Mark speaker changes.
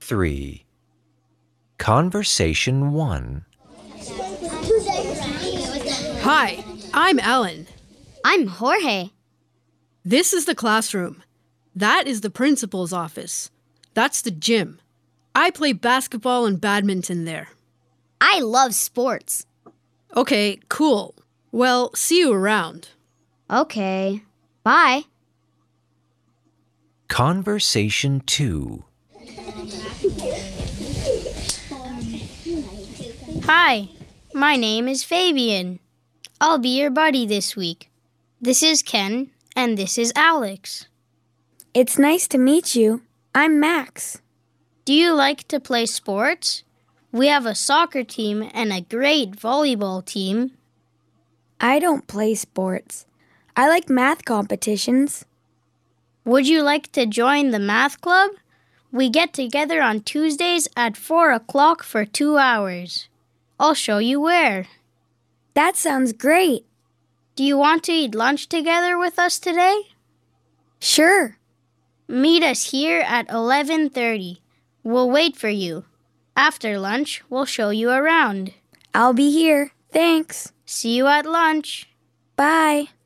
Speaker 1: 3. Conversation 1.
Speaker 2: Hi, I'm Ellen.
Speaker 3: I'm Jorge.
Speaker 2: This is the classroom. That is the principal's office. That's the gym. I play basketball and badminton there.
Speaker 3: I love sports.
Speaker 2: Okay, cool. Well, see you around.
Speaker 3: Okay. Bye.
Speaker 1: Conversation 2.
Speaker 3: Hi. My name is Fabian. I'll be your buddy this week. This is Ken, and this is Alex.
Speaker 4: It's nice to meet you. I'm Max.
Speaker 3: Do you like to play sports? We have a soccer team and a great volleyball team.
Speaker 4: I don't play sports. I like math competitions.
Speaker 3: Would you like to join the math club? We get together on Tuesdays at 4 o'clock for two hours. I'll show you where.
Speaker 4: That sounds great.
Speaker 3: Do you want to eat lunch together with us today?
Speaker 4: Sure.
Speaker 3: Meet us here at 11:30. We'll wait for you. After lunch, we'll show you around.
Speaker 4: I'll be here. Thanks.
Speaker 3: See you at lunch.
Speaker 4: Bye.